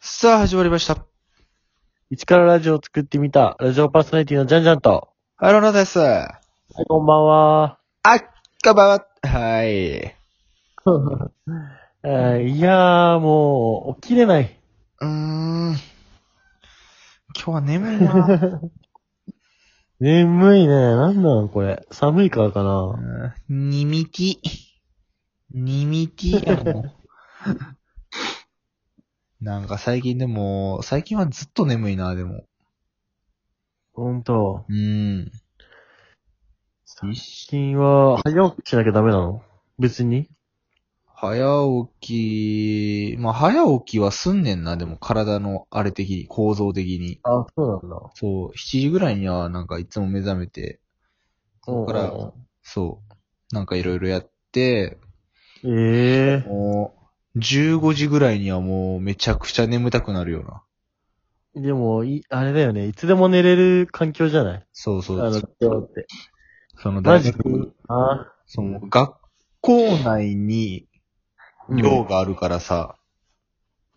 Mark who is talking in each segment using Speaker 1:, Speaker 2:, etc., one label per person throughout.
Speaker 1: さあ、始まりました。
Speaker 2: 一からラジオを作ってみた、ラジオパーソナリティのジャンジャンと。
Speaker 1: はい、ロナです。あ、
Speaker 2: はい、こんばんは。
Speaker 1: こんばんは。はい。
Speaker 2: えーいやー、もう、起きれない。
Speaker 1: うーん。今日は眠いな。
Speaker 2: 眠いね。なんだろう、これ。寒いからかな。
Speaker 1: うんにみき。にみきやもん。なんか最近でも、最近はずっと眠いな、でも。
Speaker 2: ほんと。
Speaker 1: うーん。
Speaker 2: 最近は、早起きしなきゃダメなの別に。
Speaker 1: 早起き、まあ早起きはすんねんな、でも体のあれ的に、構造的に。
Speaker 2: あ、そうなんだ。
Speaker 1: そう、7時ぐらいにはなんかいつも目覚めて、
Speaker 2: そ
Speaker 1: こからそう、なんかいろいろやって、
Speaker 2: ええ
Speaker 1: もう、15時ぐらいにはもうめちゃくちゃ眠たくなるような。
Speaker 2: ー。でも、い、あれだよね。いつでも寝れる環境じゃない
Speaker 1: そうそう。
Speaker 2: あの、
Speaker 1: そ
Speaker 2: 今日って。
Speaker 1: その
Speaker 2: マ
Speaker 1: 大
Speaker 2: ジ
Speaker 1: 学、
Speaker 2: あ
Speaker 1: その学校内に
Speaker 2: ー
Speaker 1: 寮があるからさ、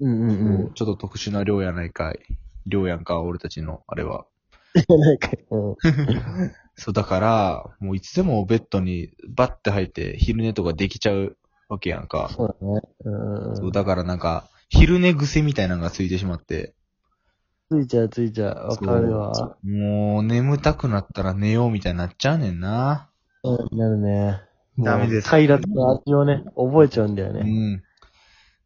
Speaker 2: うんうんうん
Speaker 1: そうちょっと特殊な寮やないかい。寮やんか、俺たちの、あれは。
Speaker 2: うん。 なんか、うん。
Speaker 1: そう、だから、もういつでもベッドにバッて入って昼寝とかできちゃうわけやんか。
Speaker 2: そうだね。うん。
Speaker 1: そう、だからなんか、昼寝癖みたいなのがついてしまって。
Speaker 2: ついちゃうついちゃう。わかるわ。
Speaker 1: もう、眠たくなったら寝ようみたいになっちゃうねんな。
Speaker 2: うんなるね。
Speaker 1: ダメです
Speaker 2: もう快楽の味をね、覚えちゃうんだよ
Speaker 1: う
Speaker 2: ね。
Speaker 1: ん。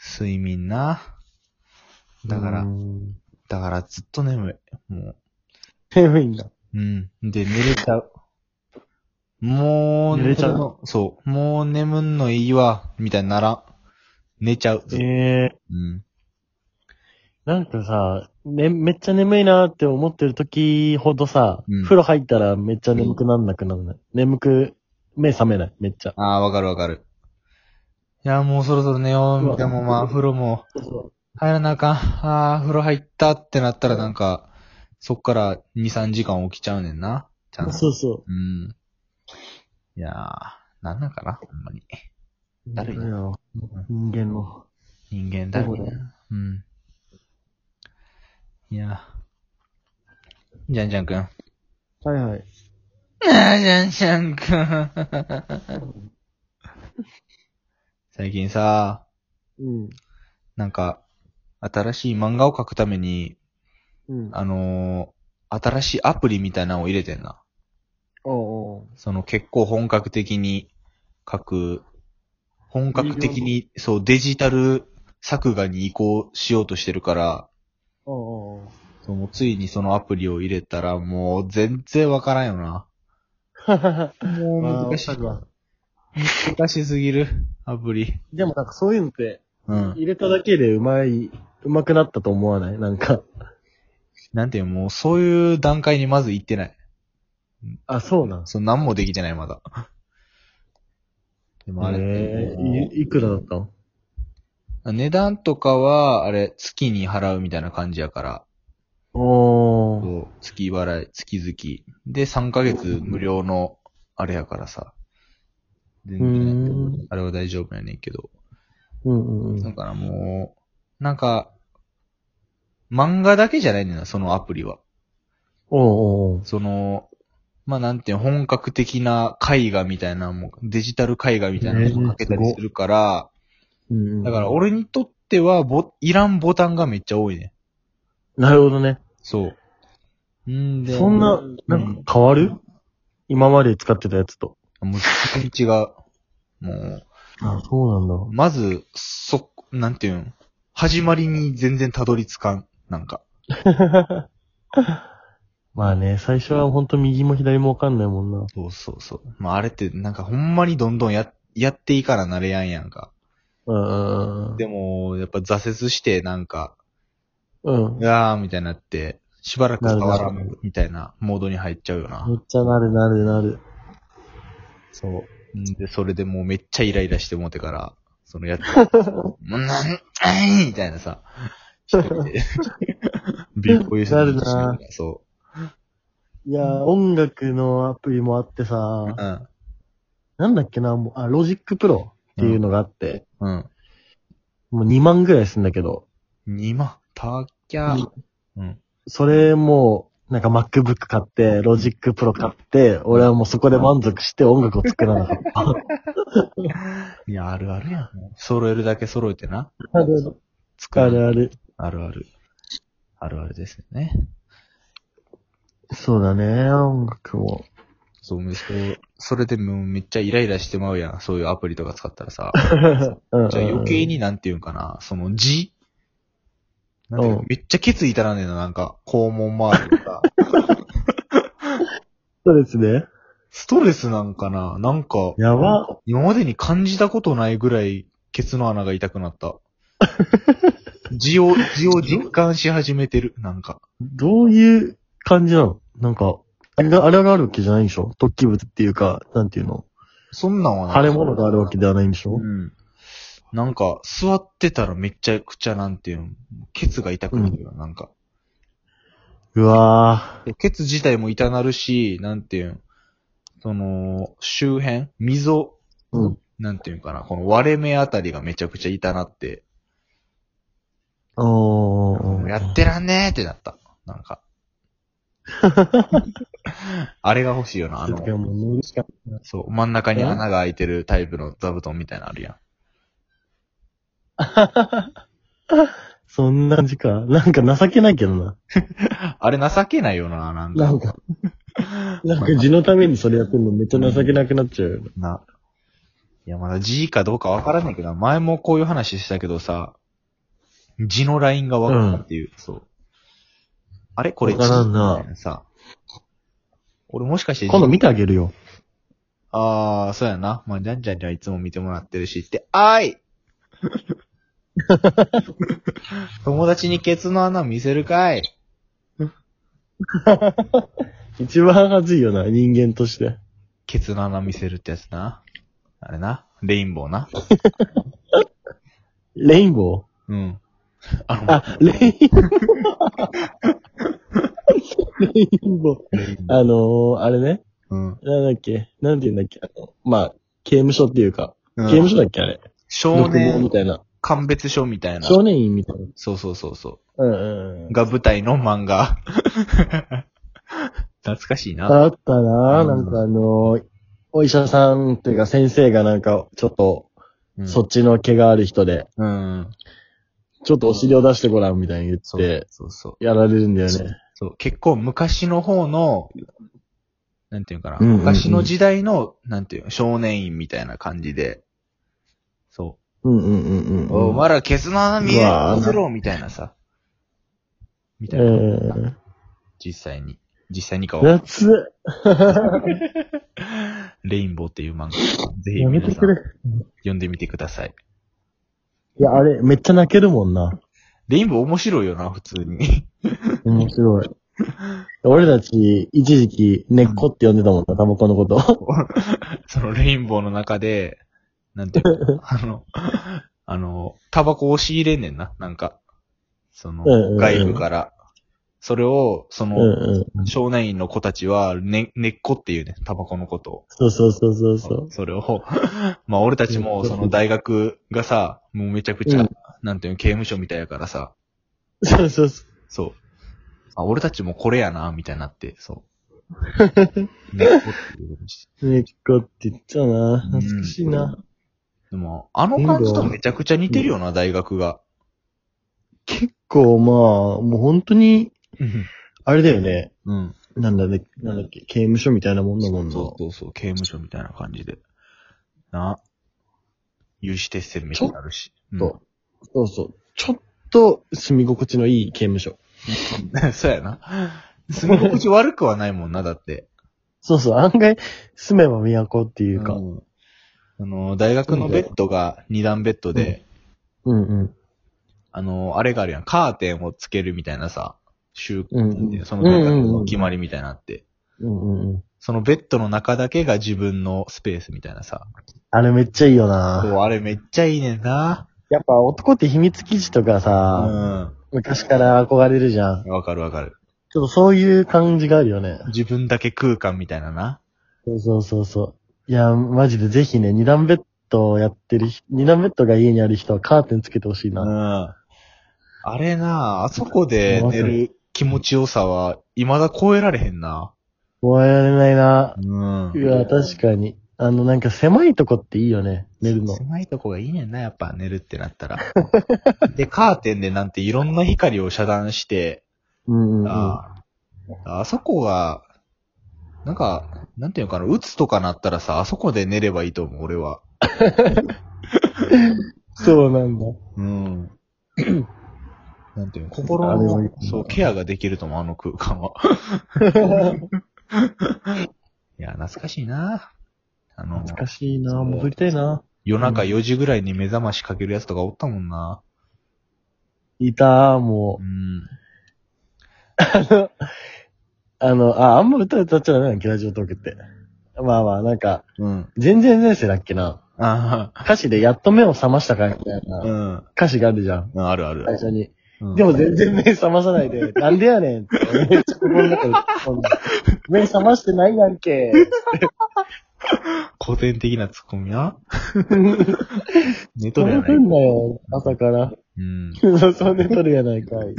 Speaker 1: 睡眠な。だから、
Speaker 2: うん。
Speaker 1: だからずっと眠い。も
Speaker 2: 眠いんだ。
Speaker 1: う。うん。で、寝れちゃう。もう、
Speaker 2: 寝れちゃう
Speaker 1: このそう。もう眠んのいいわ、みたいにならん。寝ちゃう。
Speaker 2: ええ
Speaker 1: うん。
Speaker 2: なんかさ、ね、めっちゃ眠いなーって思ってる時ほどさ、
Speaker 1: うん
Speaker 2: 風呂入ったらめっちゃ眠くなんなくなるね。眠く、目覚めない、めっちゃ。
Speaker 1: ああ、わかるわかる。いや、もうそろそろ寝よう、みたいな。もうまあ、風呂も入らなあかん。ああ、風呂入ったってなったらなんか、そっから2、3時間起きちゃうねんな。ちゃんと。
Speaker 2: そうそ
Speaker 1: うん。いやー、なんなんかな、ほんまに。
Speaker 2: う。
Speaker 1: だるいな
Speaker 2: よ。人間の。
Speaker 1: 人間だ
Speaker 2: そうだよ
Speaker 1: ね。うん。いやー。じゃんじゃんく ん。あ
Speaker 2: はいはい。
Speaker 1: ー、じゃんじゃんくん。最近さ、
Speaker 2: うん。
Speaker 1: なんか、新しい漫画を描くために、
Speaker 2: うん。
Speaker 1: あのー、新しいアプリみたいなのを入れてんな。
Speaker 2: おうおう
Speaker 1: その結構本格的に書く、本格的に、そう、デジタル作画に移行しようとしてるから、
Speaker 2: おうお う
Speaker 1: そのついにそのアプリを入れたらもう全然わからんよな。
Speaker 2: ははは。
Speaker 1: もう難し
Speaker 2: まあわかるわ
Speaker 1: い。難しすぎる、アプリ。
Speaker 2: でもなんかそういうのって、
Speaker 1: うん。
Speaker 2: 入れただけでうまい、うまくなったと思わないなんか。
Speaker 1: なんていうのもうそういう段階にまず行ってない。
Speaker 2: あ、そうなん。
Speaker 1: そう、何もできてない、まだ。でもあれ、
Speaker 2: え
Speaker 1: もう
Speaker 2: ー、いいくらだったの
Speaker 1: 値段とかは、あれ、月に払うみたいな感じやから。
Speaker 2: おー。
Speaker 1: そう、月払い、月々。で、3ヶ月無料の、あれやからさ。全
Speaker 2: うー
Speaker 1: 然
Speaker 2: ん、
Speaker 1: あれは大丈夫やねんけど。
Speaker 2: うんうんう
Speaker 1: だ
Speaker 2: ん。
Speaker 1: からもう、なんか、漫画だけじゃないねんな、そのアプリは。
Speaker 2: おうおう
Speaker 1: その、まあ、なんていうの本格的な絵画みたいなのも、デジタル絵画みたいなのも描けたりするから、
Speaker 2: うん。
Speaker 1: だから、俺にとっては、ぼ、いらんボタンがめっちゃ多いね。
Speaker 2: なるほどね。
Speaker 1: そう。んで、
Speaker 2: そんな、なんか変わる今まで使ってたやつと。
Speaker 1: もう全然違う。もう、
Speaker 2: あ、そうなんだ。
Speaker 1: まず、そ、なんていうん、始まりに全然たどり着かん。なんか。
Speaker 2: まあね、最初はほんと右も左もわかんないもんな。
Speaker 1: そうそうそう。まあ、あれって、なんかほんまにどんどんや、やっていいからなれやんやんか。
Speaker 2: うんうん
Speaker 1: でも、やっぱ挫折して、なんか、
Speaker 2: うん。うん。
Speaker 1: うわーみたいになって、しばらく変わら
Speaker 2: なるなん
Speaker 1: みたいなモードに入っちゃうよな
Speaker 2: め。っちゃなるなるなる。
Speaker 1: そう。んで、それでもうめっちゃイライラしてもうてから、そのやつ、 もうなん、あいみたいなさ、一人でビッコイ
Speaker 2: なるな
Speaker 1: そ
Speaker 2: いやー、音楽のアプリもあってさ
Speaker 1: う。、うん。
Speaker 2: なんだっけな、もう、あ、ロジックプロっていうのがあって、
Speaker 1: うん。
Speaker 2: もう2万ぐらいすんだけど、
Speaker 1: 2万、たっきゃ。うん。
Speaker 2: それも、なんか MacBook 買って、Logic Pro 買って、俺はもうそこで満足して音楽を作らなかった。
Speaker 1: いや、あるあるやん。揃えるだけ揃えてな。
Speaker 2: ある
Speaker 1: 作
Speaker 2: あ
Speaker 1: る。
Speaker 2: る
Speaker 1: あ
Speaker 2: ある。
Speaker 1: るある。あるあるですよね。
Speaker 2: そうだね、音楽も。
Speaker 1: そう、めっちゃそれでもうめっちゃイライラしてまうやん。そういうアプリとか使ったらさ。
Speaker 2: うん
Speaker 1: じゃあ余計。になんていうんかな、その字なんていうの
Speaker 2: うん
Speaker 1: めっちゃケツいたらんねえの、なんか、肛門周りと か。
Speaker 2: そうですね。
Speaker 1: ストレスなんかななんか、
Speaker 2: やば。
Speaker 1: 今までに感じたことないぐらい、ケツの穴が痛くな った。字を、字を実感し始めてる、なんか。
Speaker 2: どういう感じなのなんか、あれが、あれがあるわけじゃないんでしょ突起物っていうか、なんていうの
Speaker 1: そんなんは
Speaker 2: 腫れ物があるわけではないんでしょ
Speaker 1: うん。なんか、座ってたらめっちゃくちゃなんていうん、ケツが痛くなるよ、なんか。
Speaker 2: うわ
Speaker 1: でケツ自体も痛なるし、なんていうん、その、周辺、溝、
Speaker 2: ぁ。うん。
Speaker 1: なんていうんかな、この割れ目あたりがめちゃくちゃ痛なって、
Speaker 2: お
Speaker 1: も
Speaker 2: ー。
Speaker 1: うやってらんねーってなった。なん か。あれが欲しいよな、あ
Speaker 2: る。
Speaker 1: の、
Speaker 2: もう寝るしかない
Speaker 1: そう、真ん中に穴が開いてるタイプの座布団みたいなのあるやん。
Speaker 2: そんな感じか。なんか情けないけどな。
Speaker 1: あれ情けないよな、なんか。
Speaker 2: ん か、なんか地のためにそれやってんのめっちゃ情けなくなっちゃうよね。
Speaker 1: な。いや、まだ字かどうかわからないけど、前もこういう話したけどさ、字のラインがわかるっていう、そう。あれこれ字
Speaker 2: わからんな
Speaker 1: みたいさ。俺もしかして字
Speaker 2: 今度見てあげるよ。
Speaker 1: あー、そうやな。まあ、ジャンジャンにはいつも見てもらってるしって、あーい 友達にケツの穴見せるかい
Speaker 2: 一番恥ずいよな、人間として。
Speaker 1: ケツの穴見せるってやつな。あれな。レインボーな。
Speaker 2: レインボー
Speaker 1: うん。あの、
Speaker 2: あ、レインボー。レインボー。
Speaker 1: レインボー。
Speaker 2: あのー、あれね。
Speaker 1: うん。
Speaker 2: なんだっけなんて言うんだっけあの、まあ、刑務所っていうか。
Speaker 1: うん
Speaker 2: 刑務所だっけあれ。
Speaker 1: 少
Speaker 2: 独房
Speaker 1: 年
Speaker 2: みたいな。
Speaker 1: 鑑別所みたいな。
Speaker 2: 少年院みたいな。
Speaker 1: そうそうそうそ
Speaker 2: うんうんう
Speaker 1: う。
Speaker 2: ん。
Speaker 1: が舞台の漫画。 懐かしいな。
Speaker 2: あったな
Speaker 1: うん
Speaker 2: ぁ、なんかあのー、お医者さんっていうか先生がなんか、ちょっと、
Speaker 1: うん
Speaker 2: そっちの毛がある人で、
Speaker 1: うん。
Speaker 2: ちょっとお尻を出してごらんみたいに言っ
Speaker 1: そう
Speaker 2: て、
Speaker 1: そうそう。
Speaker 2: やられるんだよね。
Speaker 1: そう、結構昔の方の、なんていうかな、
Speaker 2: うんうんうん
Speaker 1: 昔の時代の、なんていうの少年院みたいな感じで、そ
Speaker 2: うんうんうん
Speaker 1: う、
Speaker 2: うん。
Speaker 1: お前らケツの穴見え
Speaker 2: うわー
Speaker 1: 見せろみたいなさ、みた
Speaker 2: え
Speaker 1: いな、
Speaker 2: ー、
Speaker 1: 実際に、実際にかは、
Speaker 2: 夏、
Speaker 1: レインボーっていう漫画、ぜひ
Speaker 2: やめ
Speaker 1: 皆
Speaker 2: て
Speaker 1: さん
Speaker 2: くれ。
Speaker 1: 読んでみてください。
Speaker 2: いや、あれ、めっちゃ泣けるもんな。
Speaker 1: レインボー面白いよな、普通に。
Speaker 2: 面白い。俺たち、一時期、根っこって呼んでたもんな、タバコのこと。
Speaker 1: そのレインボーの中で、なんていうのあの、 あの、タバコを仕入れんねんな、なんか。その、
Speaker 2: うんうんうん
Speaker 1: 外部から。それを、そ
Speaker 2: うん
Speaker 1: の、
Speaker 2: うん。
Speaker 1: 少年院の子たちは、ね、根っこっていうね、タバコのことを。
Speaker 2: そうそうそうそうそう。
Speaker 1: れを、 まあ俺たちも、その大学がさ、もうめちゃくちゃ、
Speaker 2: うん
Speaker 1: なんていうの、刑務所みたいやからさ、
Speaker 2: そうそうそ
Speaker 1: そう。あ、俺たちもこれやな、みたいになって、 そう。根っこっていうことにして。
Speaker 2: う。根っこって言っちゃうな。
Speaker 1: うん
Speaker 2: 懐かしいな。
Speaker 1: でも、あの感じとめちゃくちゃ似てるよな、大学が。
Speaker 2: 結構、まあ、もう本当に、あれだよね。
Speaker 1: うん。
Speaker 2: なんだね、なんだっけ、刑務所みたいなもんだもんな。
Speaker 1: そうそうそう、刑務所みたいな感じで。な。有刺鉄線みたいになるし。
Speaker 2: そうそうそう。ちょっと、住み心地のいい刑務所。
Speaker 1: うん。 そうやな。住み心地悪くはないもんな、だって。
Speaker 2: そうそう、案外、住めば都っていうか。
Speaker 1: んあの、大学のベッドが二段ベッドで、
Speaker 2: うんうん。
Speaker 1: あの、あれがあるやん、カーテンをつけるみたいなさ、習慣
Speaker 2: うん
Speaker 1: で
Speaker 2: うん
Speaker 1: その大学の決まりみたいなのあって。
Speaker 2: うんうんうん。
Speaker 1: そのベッドの中だけが自分のスペースみたいなさ。
Speaker 2: あれめっちゃいいよ
Speaker 1: そう
Speaker 2: な。
Speaker 1: あれめっちゃいいねんな。
Speaker 2: やっぱ男って秘密基地とか
Speaker 1: う
Speaker 2: さ、
Speaker 1: ん。
Speaker 2: 昔から憧れるじゃん。
Speaker 1: わかるわかる。
Speaker 2: ちょっとそういう感じがあるよね。
Speaker 1: 自分だけ空間みたいなな。
Speaker 2: そうそうそうそう。いや、マジでぜひね、二段ベッドをやってる人、二段ベッドが家にある人はカーテンつけてほしいうな。
Speaker 1: ん。ああれなあそこで寝る気持ちよさは、未だ超えられへんな。
Speaker 2: 終わられないな。
Speaker 1: うん
Speaker 2: い。や、確かに。あの、なんか狭いとこっていいよね。寝るの。
Speaker 1: 狭いとこがいいねんな、やっぱ寝るってなったら。 で、カーテンでなんていろんな光を遮断して、
Speaker 2: うんうんうん。
Speaker 1: あああそこが、なんか、なんていうのかな、鬱とかなったらさ、あそこで寝ればいいと思う、俺は。
Speaker 2: そうな んだ。
Speaker 1: うん。なんていうの、心
Speaker 2: あでもい
Speaker 1: の
Speaker 2: い、
Speaker 1: そう、ケアができると思う、あの空間は。いや、懐かしいな。あの、
Speaker 2: 懐かしいな。
Speaker 1: そう
Speaker 2: 戻りたいな。
Speaker 1: 夜中4時ぐらいに目覚ましかけるやつとかおったもんな。
Speaker 2: いたー、も
Speaker 1: う
Speaker 2: う。
Speaker 1: ん。
Speaker 2: あの、あ、あんま歌歌っちゃダメなんだラジオトークって。まあまあ、なんか、
Speaker 1: うん。
Speaker 2: 全然前世だっけな。
Speaker 1: あ
Speaker 2: 歌詞でやっと目を覚ましたかみたいな
Speaker 1: あ、うん。
Speaker 2: 歌詞があるじゃん。
Speaker 1: うんあるある
Speaker 2: 最。初に。
Speaker 1: うん
Speaker 2: でも全然目覚まさないで、なんでやねんって、めっちゃ心の中で突っ込 んで、目覚ましてないやんけ。
Speaker 1: 古典的なツッコミ な。寝と
Speaker 2: 止
Speaker 1: るや
Speaker 2: め
Speaker 1: ない
Speaker 2: てんなよ、朝から。
Speaker 1: うん。
Speaker 2: そう寝とるやないかい。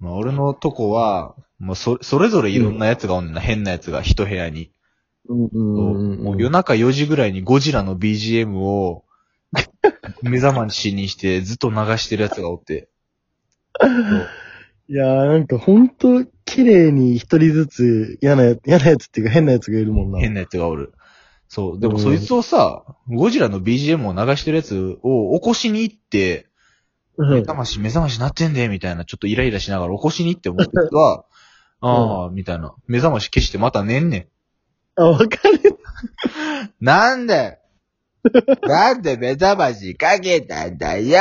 Speaker 1: まあ、俺のとこは、もうそ、それぞれいろんなやつがおんねんな、変なやつが一部屋に。
Speaker 2: うんうん
Speaker 1: も
Speaker 2: う。
Speaker 1: うん夜中4時ぐらいにゴジラの BGM を目覚ましにしてずっと流してるやつがおって。そう
Speaker 2: いやーなんかほんと、綺麗に一人ずつ嫌なや、嫌なやつっていうか変なやつがいるもんな。
Speaker 1: 変なやつがおる。そう。でもそいつをさ、ゴジラの BGM を流してるやつを起こしに行って、
Speaker 2: う
Speaker 1: 目
Speaker 2: ん
Speaker 1: 覚まし、目覚ましなってんで、みたいな、ちょっとイライラしながら起こしに行って思った人 は、ああ、みたいな。目覚まし消してまた寝んねん。
Speaker 2: あ、わかる。
Speaker 1: なんでなんで目覚ましかけたんだよ